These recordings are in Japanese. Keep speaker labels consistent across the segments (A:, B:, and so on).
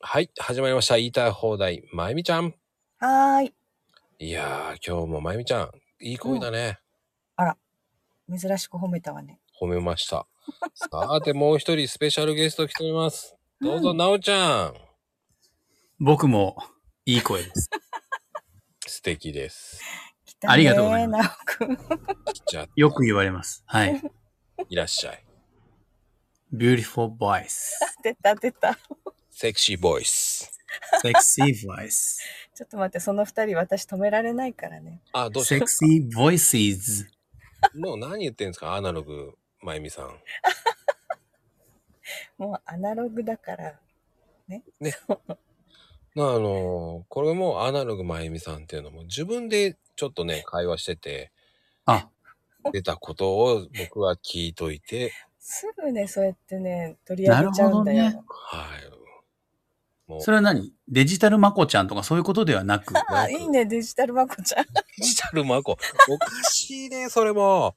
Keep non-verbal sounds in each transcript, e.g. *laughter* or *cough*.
A: はい、始まりました。言いたい放題、まゆみちゃん。
B: はーい。
A: いやー、今日もまゆみちゃん、いい声だね。
B: 珍しく褒めたわね。
A: 褒めました。さて、もう一人スペシャルゲスト来ております。どうぞ、なおちゃん。
C: 僕もいい声です。
A: 素敵です。
B: 来たねー
C: ありがとうございま
B: なおくん。
A: じゃあ、
C: よく言われます。はい。
A: いらっしゃい。
C: beautiful voice,
B: 出た出た。
A: セクシーボイス。
C: sexy voice,
B: ちょっと待って、その二人私止められないからね。
A: あ、どうした
C: sexy voices。
A: もう何言ってんですかアナログ、まゆみさん。
B: もうアナログだから。
A: まあ、あのーこれもアナログまゆみさんっていうのも、自分でちょっとね、会話してて、
C: あ、
A: 出たことを僕は聞いといて、
B: すぐね、そうやってね、取り上げちゃうんだよ。
C: なるほ
A: はい。もう
C: それは何デジタルまこちゃんとかそういうことではなく。
B: あ、いいね、デジタルまこちゃん。
A: デジタルマコ。おかしいね、それも。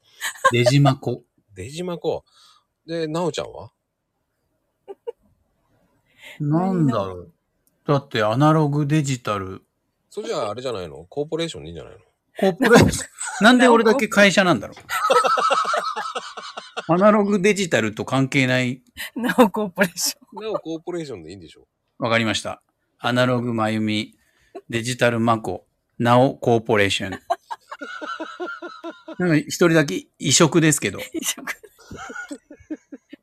C: デジマコ。
A: デジマコ。で、なおちゃんは
C: なんだろう。だってアナログデジタル。
A: それじゃああれじゃないのコーポレーションでいいんじゃないの
C: コーポレーション。なんで俺だけ会社なんだろう。アナログデジタルと関係ない。
B: なおコーポレーション。
A: なおコーポレーションでいいんでしょ
C: わかりました。アナログまゆみ、デジタルまこ、ナオコーポレーシ
B: *laughs*
C: ョン。なんか一人だけ異色ですけど、
B: いいじゃん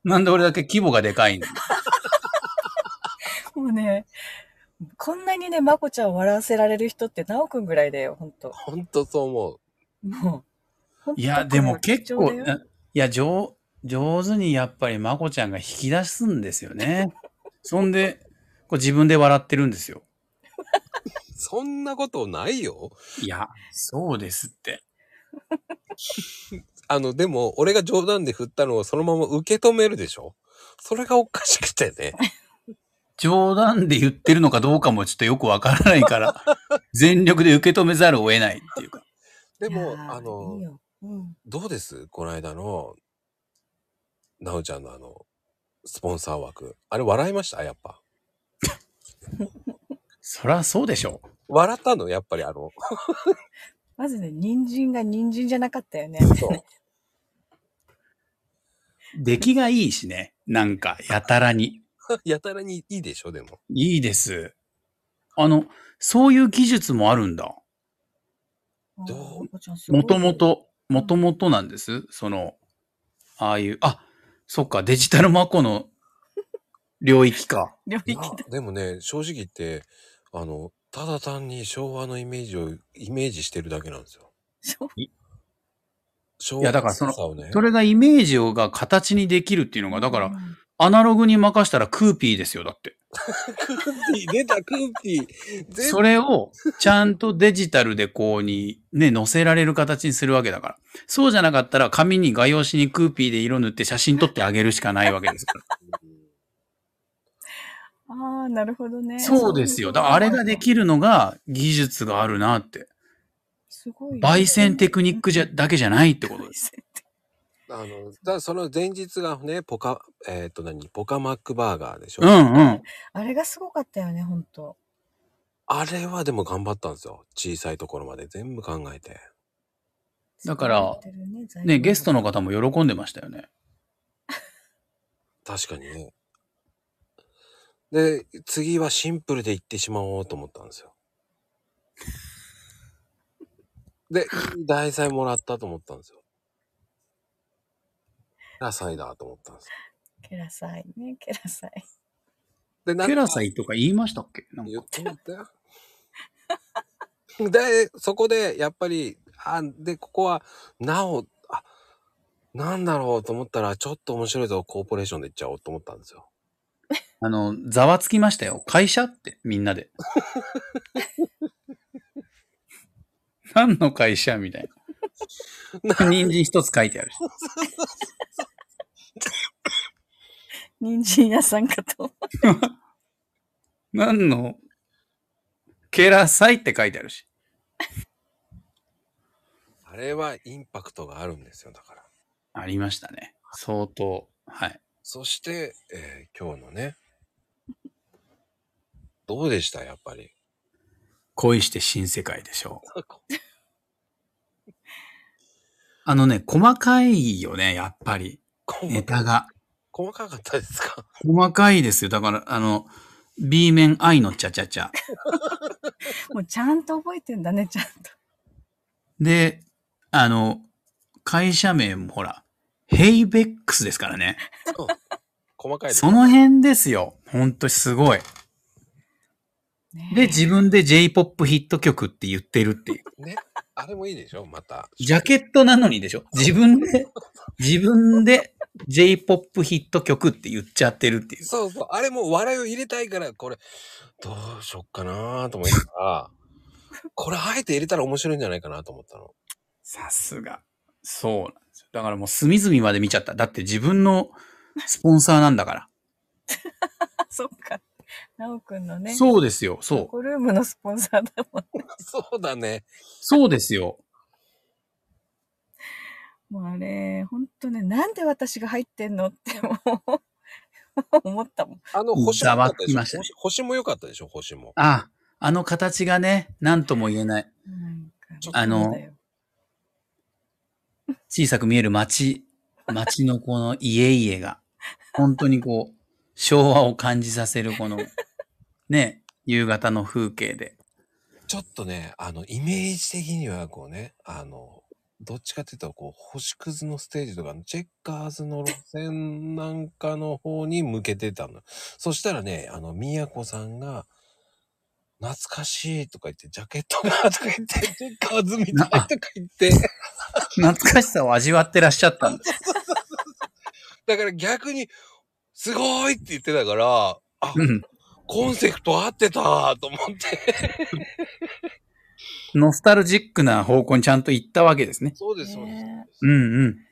C: なんで俺だけ規模がでかいの
B: もうね、こんなにね、まこちゃんを笑わせられる人ってなおくんぐらいだよ、ほんと。
A: ほんとそう思う。
B: もう。ほんと
C: いや、でも
B: これ貴
C: 結
B: 重
C: 構、
B: だよ
C: ないや、上、上手にやっぱりまこちゃんが引き出すんですよね。そんで、こう自分で笑ってるんですよ。
A: そんなことないよ。
C: いや、そうですって。
A: あの、でも、俺が冗談で振ったのをそのまま受け止めるでしょそれがおかしくてね。
C: 冗談で言ってるのかどうかもちょっとよくわからないから、全力で受け止めざるを得ないっていうか。
A: でも、
B: いやー
A: あの
B: いい、ようん。
A: どうですこの間の、なおちゃんのあの、スポンサー枠。あれ笑いましたやっぱ。
C: そらそうでしょう。
A: 笑ったのやっぱりあの、 *laughs*
B: まずね、人参が人参じゃなかったよね。
A: そう。
C: 出来がいいしね。なんか、やたらに。
A: やたらにいいでしょでも。
C: いいです。あの、そういう技術もあるんだ。
A: どう
B: あーまこちゃんすごい
C: もともと、もともとなんです。その、ああいう、あ、そっか、デジタルマコの領域か。
B: 領域だ。
A: でもね正直言ってあのただ単に昭和のイメージをイメージしてるだけなんですよ
B: そう
A: 昭
C: い
A: 和
C: やだからその
A: さをね
C: それがイメージをが形にできるっていうのが、だから、、アナログに任したらクーピーですよ、だって。
A: クーピー *laughs* 出たクーピー全
C: それを、ちゃんとデジタルでこうに、ね、載せられる形にするわけだから。そうじゃなかったら、紙に画用紙にクーピーで色塗って写真撮ってあげるしかないわけですから。
B: ああ、なるほどね。
C: そうですよ。だからあれができるのが技術があるなって。
B: すごいよね。
C: 焙煎テクニックじゃだけじゃないってこと
B: 焙 *laughs*
C: です。
B: 煎テ
A: あのだからその前日がねポカえっ、と何ポカマックバーガーでしょ、
C: うんうん。
B: あれがすごかったよね、本当
A: あれはでも頑張ったんですよ小さいところまで全部考えて
C: だから、ね、
B: ね
C: ゲストの方も喜んでましたよね。
A: 確かにねで次はシンプルでいってしまおうと思ったんですよでいい題材もらったと思ったんですよラサイだと思ったんですよ
B: ケラサイね、ケラサイ。
A: でなんか
C: ケラサイとか言いましたっけなんか
A: 言ってもらったよ *laughs* でそこでやっぱりあでここはなおあなんだろうと思ったらちょっと面白いぞコーポレーションでいっちゃおうと思ったんですよ
C: あの、ざわつきましたよ。会社ってみんなで。何の会社みたいな。人参一つ書いてあるし。
B: 人参屋さんかと。 *laughs*
C: 何の、ケラサイって書いてあるし。
A: あれはインパクトがあるんですよだから
C: ありましたね。相当。はい。
A: そして、えー今日のね、どうでしたやっ
C: *laughs*
A: ぱり。
C: 恋して新世界でしょう。あのね、細かいよね、やっぱり。ネ
A: 細
C: タ
A: か
C: が。
A: 細かかったですか
C: 細かいですよ。だから、あの、B 面愛のちゃちゃちゃ。
B: もうちゃんと覚えてんだね、ちゃんと。
C: で、あの、会社名もほら、ヘイベックスですからね。
A: 細かいです
C: その辺ですよ。ほんとすごい。
B: ねえ
C: で、自分で J-POP ヒット曲って言ってるっていう。
A: ね。あれもいいでしょまた。
C: ジャケットなのにでしょ自分で、自分で J-POP ヒット曲って言っちゃってるっていう。
A: そうそう。あれも笑いを入れたいから、これ、どうしよっかなと思いながら、これあえて入れたら面白いんじゃないかなと思ったの。
C: さすが。そうなんですよ。だからもう隅々まで見ちゃった。だって自分のスポンサーなんだから。
B: あ、 *laughs* そっか。なおくんのね。
C: そうですよ。そう。
B: コルームのスポンサーだもん。
A: そうだね。
C: そうですよ。
B: もうあれ、ほんとね、なんで私が入ってんのってもう *laughs* 思ったもん。
A: あの、星も良かったでしょ
C: ざわつきましたね
A: 星星も良かったでしょ星も。
C: あ、あの形がね、なんとも言えない。
B: なんか
A: ちょっ
C: とあの
B: そうだよ
C: 小さく見える街、街のこの家々が、本当にこう、昭和を感じさせるこの、ね、夕方の風景で。
A: ちょっとね、あの、イメージ的にはこうね、あの、どっちかっていうと、こう、星屑のステージとかの、チェッカーズの路線なんかの方に向けてたの。そしたらね、あの、みやこさんが、懐かしいとか言って、ジャケットがとか言って、
C: *laughs*
A: チェッカーズみたいとか言って、
C: 懐かしさを味わってらっしゃったんです。
A: だから逆に、すごいって言ってたから、あ、
C: うん。
A: コンセプト合ってたと思って。
C: ノスタルジックな方向にちゃんと行ったわけですね。
A: そうです、そうです。
B: ね
C: うんうん。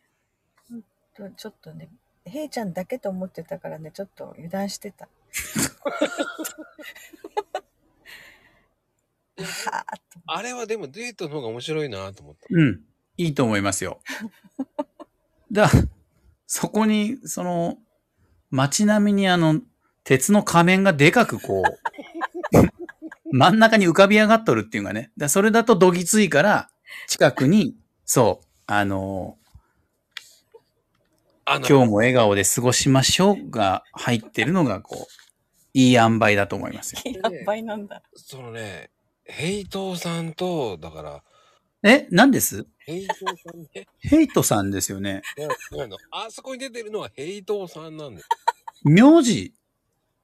B: えちょっとね、ヘイちゃんだけと思ってたからね、ちょっと油断してた。はあと
A: あれはでもデートの方が面白いなと思った。
C: うん。いいと思いますよ。だ、そこに、その、街並みにあの、鉄の仮面がでかくこう、真ん中に浮かび上がっとるっていうかね。だそれだとどぎついから、近くに、そう、あの、
A: あの、
C: 今日も笑顔で過ごしましょうが入ってるのが、こう、いい塩梅だと思いますよ。
B: いい販売なんだ。
A: そのね、ヘイトーさんと、だから、
C: え、何です
A: ヘイトーさんね、
C: ヘイトさんですよね。
A: いや違うのあそこに出てるのはヘイトーさんなんです。
C: 名字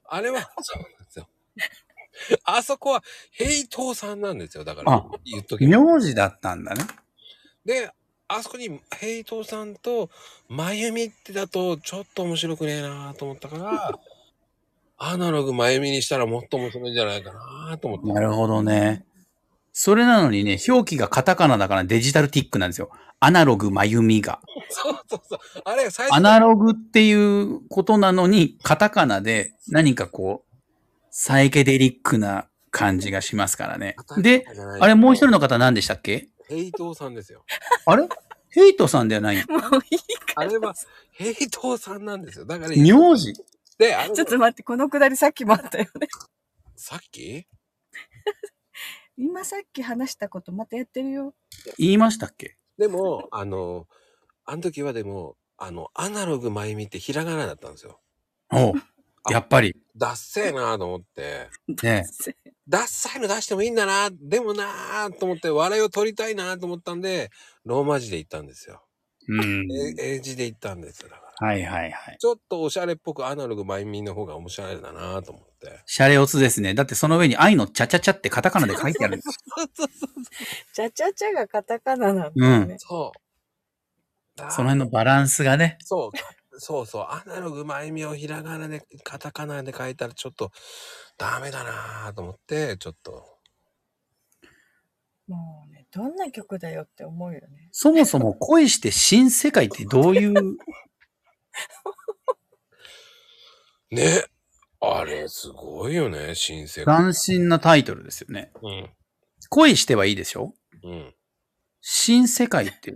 A: あれは、そうなんですよ。あそこはヘイトーさんなんですよ。だから
C: あ、
A: 言っときます
C: 名字だったんだね。
A: で、あそこにヘイトーさんと、まゆみってだと、ちょっと面白くねえなと思ったから、アナログまゆみにしたらもっと面白いんじゃないかなと思って。
C: なるほどね。それなのにね、表記がカタカナだからデジタルティックなんですよ。アナログまゆみが。
A: そうそうそう。あれ、最
C: ア
A: 初
C: ナログっていうことなのに、カタカナで何かこう、サイケデリックな感じがしますからね。で、、あれもう一人の方何でしたっけ
A: ヘイトーさんですよ。
C: あれヘイトさんではない。
B: もういいか
A: あ
B: ら。
A: れはヘイトーさんなんですよ。だから、
C: 名字
A: で、あれ
B: ちょっと待って、このくだりさっきもあったよね。
A: さっき
B: 今さっき話したことまたやってるよ。
C: 言いましたっけ
A: でも、あの、あの時はでも、あの、アナログまゆみってひらがなだったんですよ。
C: おうやっぱり。
A: ダッセーなーと思って、
C: ね
A: ダッサいの出してもいいんだなでもなーと思って、笑いを取りたいなーと思ったんで、ローマ字で言ったんですよ。
C: うん。
A: え英字で言ったんですよ。だから、
C: はいはいはい。
A: ちょっとおしゃれっぽくアナログまゆみの方が面白いだなーと思って。
C: シャレオツですね。だってその上に愛のチャチャチャってカタカナで書いてあるんです。
B: ちゃちゃちゃがカタカナなんだよね。
A: そう。だ
C: その辺のバランスがね。
A: そう、 *laughs* そうそう、アナログまゆみをひらがなで、カタカナで書いたらちょっとダメだなぁと思って、ちょっと。
B: もうね、どんな曲だよって思うよね。
C: そもそも恋して新世界ってどういう、
A: ね。あれ、すごいよね、新世界。
C: 斬新なタイトルですよね。
A: うん。
C: 恋してはいいでしょ
A: うん。
C: 新世界って。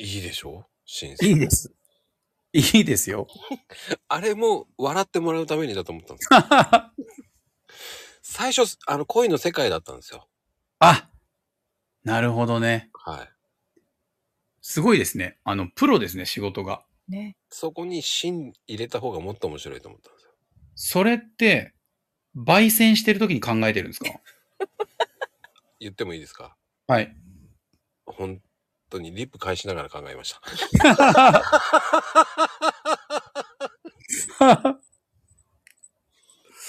A: いいでしょ新世
C: い
A: 界。
C: いです。いいですよ。 *laughs*
A: あれも笑ってもらうためにだと思ったんです最初、あの、恋の世界だったんですよ。
C: あなるほどね。
A: はい。
C: すごいですね。あの、プロですね、仕事が。
B: ね。
A: そこに芯入れた方がもっと面白いと思ったんですよ。
C: それって、焙煎してる時に考えてるんですか
A: 言ってもいいですか
C: *laughs* はい。
A: 本当にリップ返しながら考えました。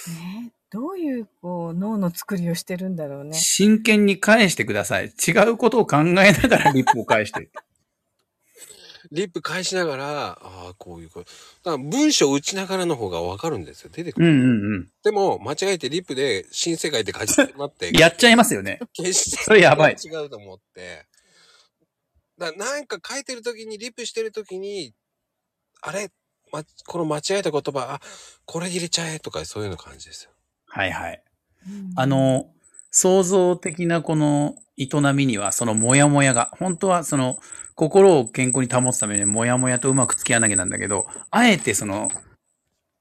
B: ね。どういう、こう、脳の作りをしてるんだろうね。
C: 真剣に返してください。違うことを考えながらリップを返してる。
A: リップ返しながら、ああ、こういうこと。だから文章打ちながらの方がわかるんですよ。出てく
C: *laughs* う
A: る。
C: んうんうん。
A: でも、間違えてリップで新世界って書いてしまって、
C: やっちゃいますよね。
A: 決して
C: それやばい
A: 違うと思って。だなんか書いてる時に、リップしてる時に、あれ、ま、この間違えた言葉、あ、これ入れちゃえとかそういうの感じですよ。
C: はいはい。
B: うん
C: あ、の、創造的なこの営みには、そのモヤモヤが、本当はその心を健康に保つためにモヤモヤとうまく付き合わなきゃなんだけど、あえてその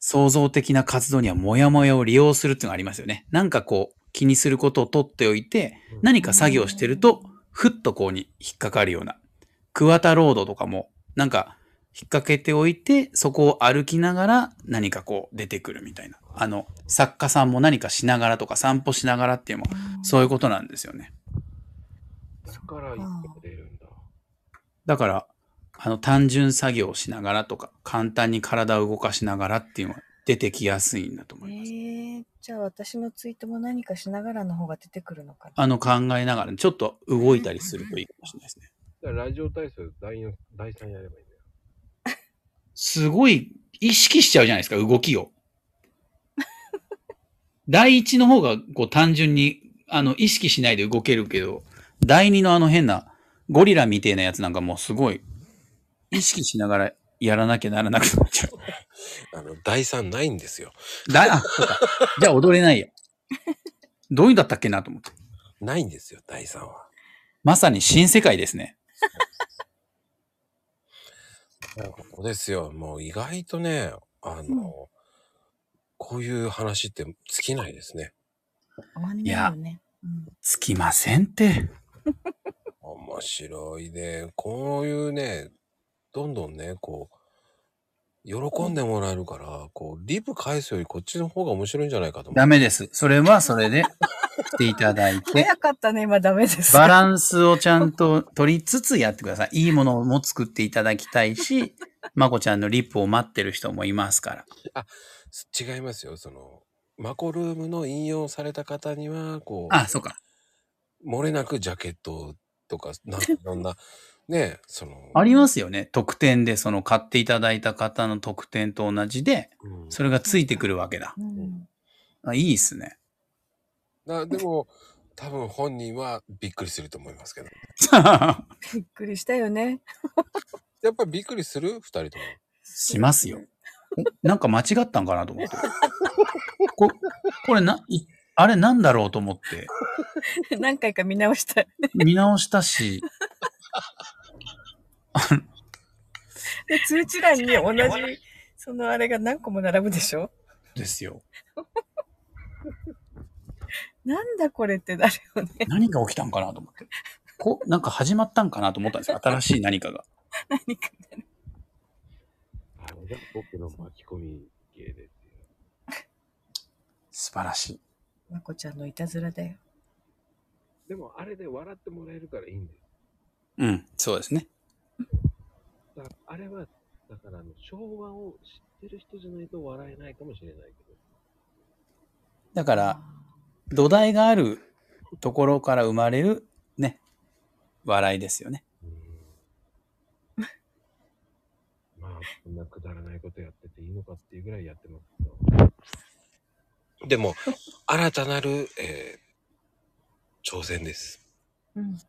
C: 創造的な活動にはモヤモヤを利用するっていうのがありますよね。なんかこう気にすることを取っておいて
A: うん、
C: 何か作業してると、ふっとこうに引っかかるような。桑田ロードとかも、なんか引っ掛けておいて、そこを歩きながら何かこう出てくるみたいな。あの、作家さんも何かしながらとか散歩しながらっていうのもそういうことなんですよね。
A: だから
B: 言って
A: くれるんだ。
C: だから、あの、単純作業をしながらとか、簡単に体を動かしながらっていうのは出てきやすいんだと思
B: え
C: います。
B: ー、じゃあ私のツイートも何かしながらの方が出てくるのかな。
C: あの、考えながら、ちょっと動いたりするといいかもしれないですね。
A: ラジオ体操第4、第3やればいいんだよ。
C: すごい意識しちゃうじゃないですか、動きを。第一の方が、こう、単純に、あの、意識しないで動けるけど、第二のあの変な、ゴリラみてえなやつなんかもうすごい、意識しながらやらなきゃならなくなっちゃう。
A: あの、第3ないんですよ。
C: だ、あ、そう *laughs* か。じゃあ踊れないよ。どういうんだったっけなと思って。
A: ないんですよ、第3は。
C: まさに新世界ですね。
A: ここですよ。もう意外とね、あの、
B: うん
A: こういう話って尽きないですね。
B: 終わんないよね。うん
C: つきませんって。
A: 面白いね。こういうね、どんどんね、こう、喜んでもらえるから、こう、リプ返すよりこっちの方が面白いんじゃないかと思
C: ダ
A: う。
C: メです。それはそれでしていただいて、
B: 早かったね、今ダメ *laughs* です。
C: バランスをちゃんと取りつつやってください。いいものも作っていただきたいし、まこちゃんのリップを待ってる人もいますから。
A: 違いますよ。その、マコルームの引用された方には、こ
C: あ、そうか。
A: う、漏れなくジャケットとか、なんかいろんな、 *laughs* ね、その、
C: ありますよね。特典で、その買っていただいた方の特典と同じで、
A: うん
C: それがついてくるわけだ。
B: うん
C: あいいっすね。 *laughs*
A: だでも、多分本人はびっくりすると思いますけど。
B: びっくりしたよね。 *laughs*
A: やっぱりびっくりする二人とも。
C: しますよ。えなんか間違ったんかなと思って。ここれな、いあれなんだろうと思って、
B: 何回か見直した。
C: 見直したし、
B: で通知欄に同じ、そのあれが何個も並ぶでしょ
C: ですよ。
B: なんだこれってなるよね。
C: 何が起きたんかなと思って。こなんか始まったんかなと思ったんですよ。新しい何かが。
B: 何か。
A: あれが僕の巻き込み芸でっていう。
C: 素晴らしい。
B: まこちゃんのいたずらだよ。
A: でもあれで笑ってもらえるからいいんです。
C: うん、そうですね。
A: だからあれは、だからあの昭和を知ってる人じゃないと笑えないかもしれないけど。
C: だから、土台があるところから生まれる、ね、笑いですよね。
A: *laughs* まあ、そんなくだらないことやってていいのかっていうぐらいやってますけど。でも、新たなる、えー挑戦です。
B: うん。
C: だか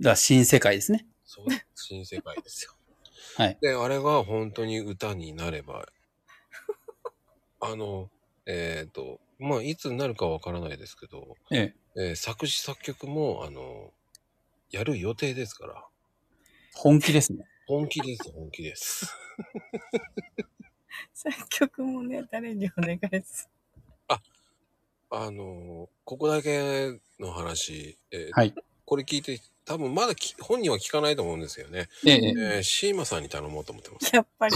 C: ら新世界ですね。
A: そう、新世界ですよ。
C: はい。
A: で、あれが本当に歌になれば、あの、えっ、と、まあ、いつになるかわからないですけど、
C: ええ。
A: えー作詞作曲も、あの、やる予定ですから、
C: 本気ですね。
A: 本気です、本気です。
B: 作曲もね、誰にお願いす
A: ああの、ここだけの話、えー
C: はい
A: これ聞いて、多分まだき本人は聞かないと思うんですよね。
C: え
A: え
C: え、
A: ー、シーマさんに頼もうと思ってます。
B: やっぱり。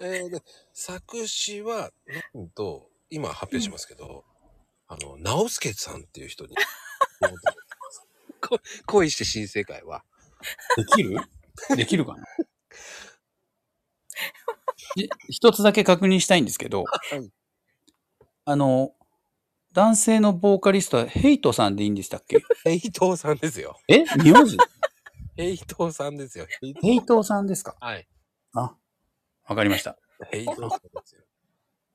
A: えーで作詞は、なんと、今発表しますけど、あの、直輔さんっていう人に頼もうと思ってますこ *laughs* 恋して新世界は。
C: できる *laughs* できるかない一つだけ確認したいんですけど、
A: い
C: あの、男性のボーカリストはヘイトさんでいいんでしたっけ
A: 平等さんですよ。
C: え名字
A: 平等さんですよ。平等
C: *laughs* ヘイトさんですか
A: はい。
C: あ、わかりました。
A: 平等さんですよ。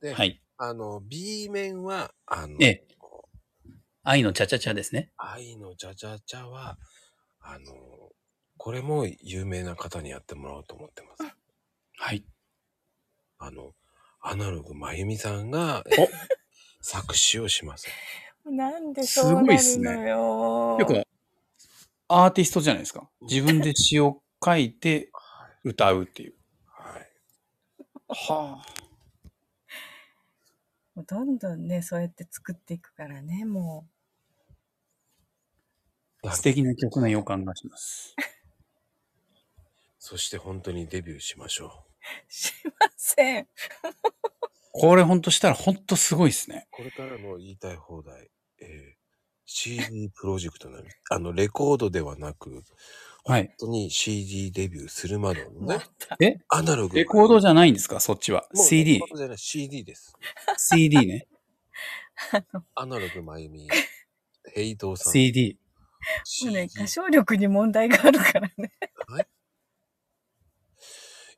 A: で、
C: はい。
A: あの、B 面は、あの、
C: ええ愛のチャチャチャですね。
A: 愛のじゃじゃじゃは、あの、これも有名な方にやってもらおうと思ってます。
C: はい。
A: あの、アナログまゆみさんが
C: お
A: 作詞をします。
B: なんでそうなるのよ。
C: よく、アーティストじゃないですか。自分で詩を書いて *laughs* 歌うっていう。
A: はい。
C: は
B: もうどんどんね、そうやって作っていくからね、も
C: あ素敵な曲な予感がします。
A: そして本当にデビューしましょ
B: う。しま
C: *laughs*
B: せん。
C: これほんとしたらほんとすごいですね
A: う。。これからの言いたい放題、えー
C: *laughs*
A: CD プロジェクトなる。あの、レコードではなく、
C: はい。
A: 本当に CD デビューするまでのね、
C: え
A: アナログ。
C: レコード
A: じ
C: じゃないんですかそっちは。
A: レ
C: CD
A: コ。ードじゃない、CD です。
C: CD *laughs* ね。
A: アナログまゆ *laughs* み、ヘイトーさん。
B: も
C: CD。
B: うね、
A: CD
B: 歌唱力に問題があるからね。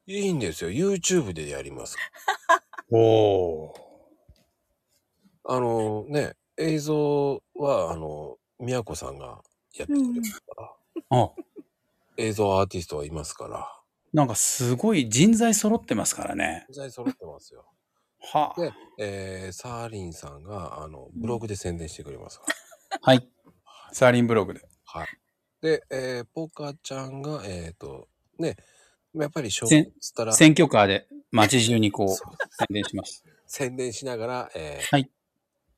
A: いいんですよ。YouTube でやります。
C: おお。
A: あのね、映像は、あの、みやこさんがやってくれますから、
C: あ、
A: 映像アーティストはいますから、
C: なんかすごい人材揃ってますからね。
A: 実際揃ってますよ。
C: は
A: で、えー、サーリンさんが、あの、ブログで宣伝してくれますから。
C: あ。はい。サーリンブログで。
A: はい。で、えー、ポカちゃんが、えっ、と、ね、やっぱり紹
C: せん
A: 介したら、
C: 選挙カーで街中にこう
A: そう
C: 宣伝します。
A: 宣伝しながら、えー
C: はい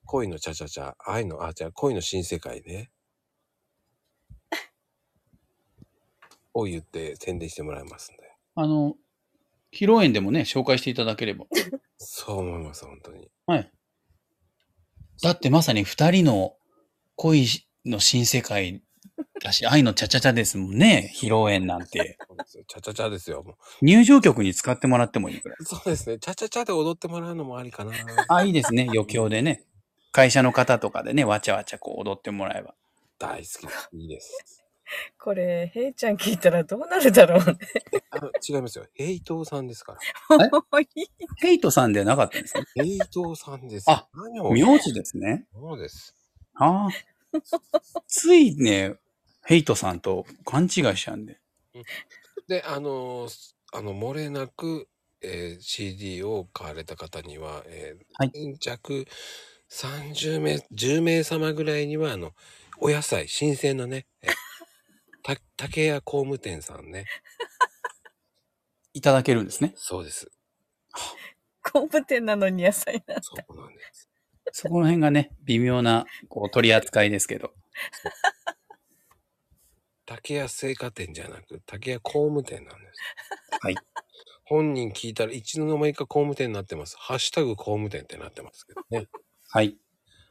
A: 恋のチャチャチャ、愛の、あ、じゃあ恋の新世界
C: *laughs*
A: ね。を言って宣伝してもらいますんで。
C: あの、披露宴でもね、紹介していただければ。
A: そう思います、本当に。
C: はい。だってまさに二人の恋の新世界だし、愛のチャチャチャですもんね。披露宴なんて。
A: そうですよチャチャチャですよ。も
C: 入場曲に使ってもらってもいいくらい。
A: うそう *laughs* ですね。チャチャチャで踊ってもらうのもあり
C: *laughs*
A: かな。
C: あ、いいですね。余興でね。会社の方とかでね、わちゃわちゃこう踊ってもらえば。
A: 大好きです。いいです。 *laughs*
B: これ、ヘイちゃん聞いたらどうなるだろう
C: *laughs*
B: ね。
A: あの違いますよ。ヘイトーさんですから。
B: もういい。
C: ヘイトさんではなかったんですね。
A: ヘイトーさんですよ。
C: あ
A: 何を。
C: 名字ですね。
A: そうです。
C: ああ。ついね、ヘイトさんと勘違いしちゃうんで。
A: で、あのーあの、漏れなく、えー CD を買われた方には、えー
C: はい
A: 先着30名、10名様ぐらいには、あの、お野菜、新鮮なね、えーた竹屋工務店さんね。
C: いただけるんですね。
A: そうです。
B: 工務店なのに野菜な。
A: そうなんです。
C: そこの辺がね、微妙なこう取り扱いですけど。
A: 竹屋製菓店じゃなく、竹屋工務店なんです。
C: はい。
A: 本人聞いたら、いつの間にか工務店になってます。ハッシュタグ工務店ってなってますけどね。
C: はい。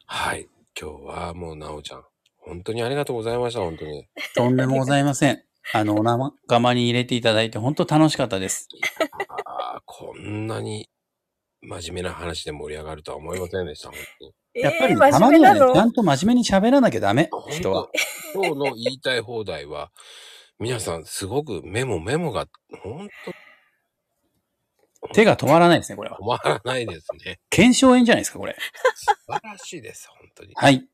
A: はい。今日はもう、なおちゃん。本当にありがとうございました、本当に。
C: とんでもございません。あの、お仲間に入れていただいて本当楽しかったです。
A: ああ、こんなに真面目な話で盛り上がるとは思いませんでした、本当に。
B: え
C: やっぱり
B: ー、
C: ね、
B: 真
C: たま
B: 面目
C: には
B: な
C: ね、ちゃ
B: の
C: んと真面目に喋らなきゃダメ、人は
A: 本。当今日の言いたい放題は、皆さんすごくメモメモが、本
C: 手が止まらないですね、これは
A: 当。止まらないですね。
C: 検証炎じゃないですか、これ。
A: 素晴らしいです、本当に。
C: はい。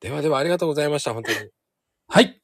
A: ではではありがとうございました、本当に。
C: はい。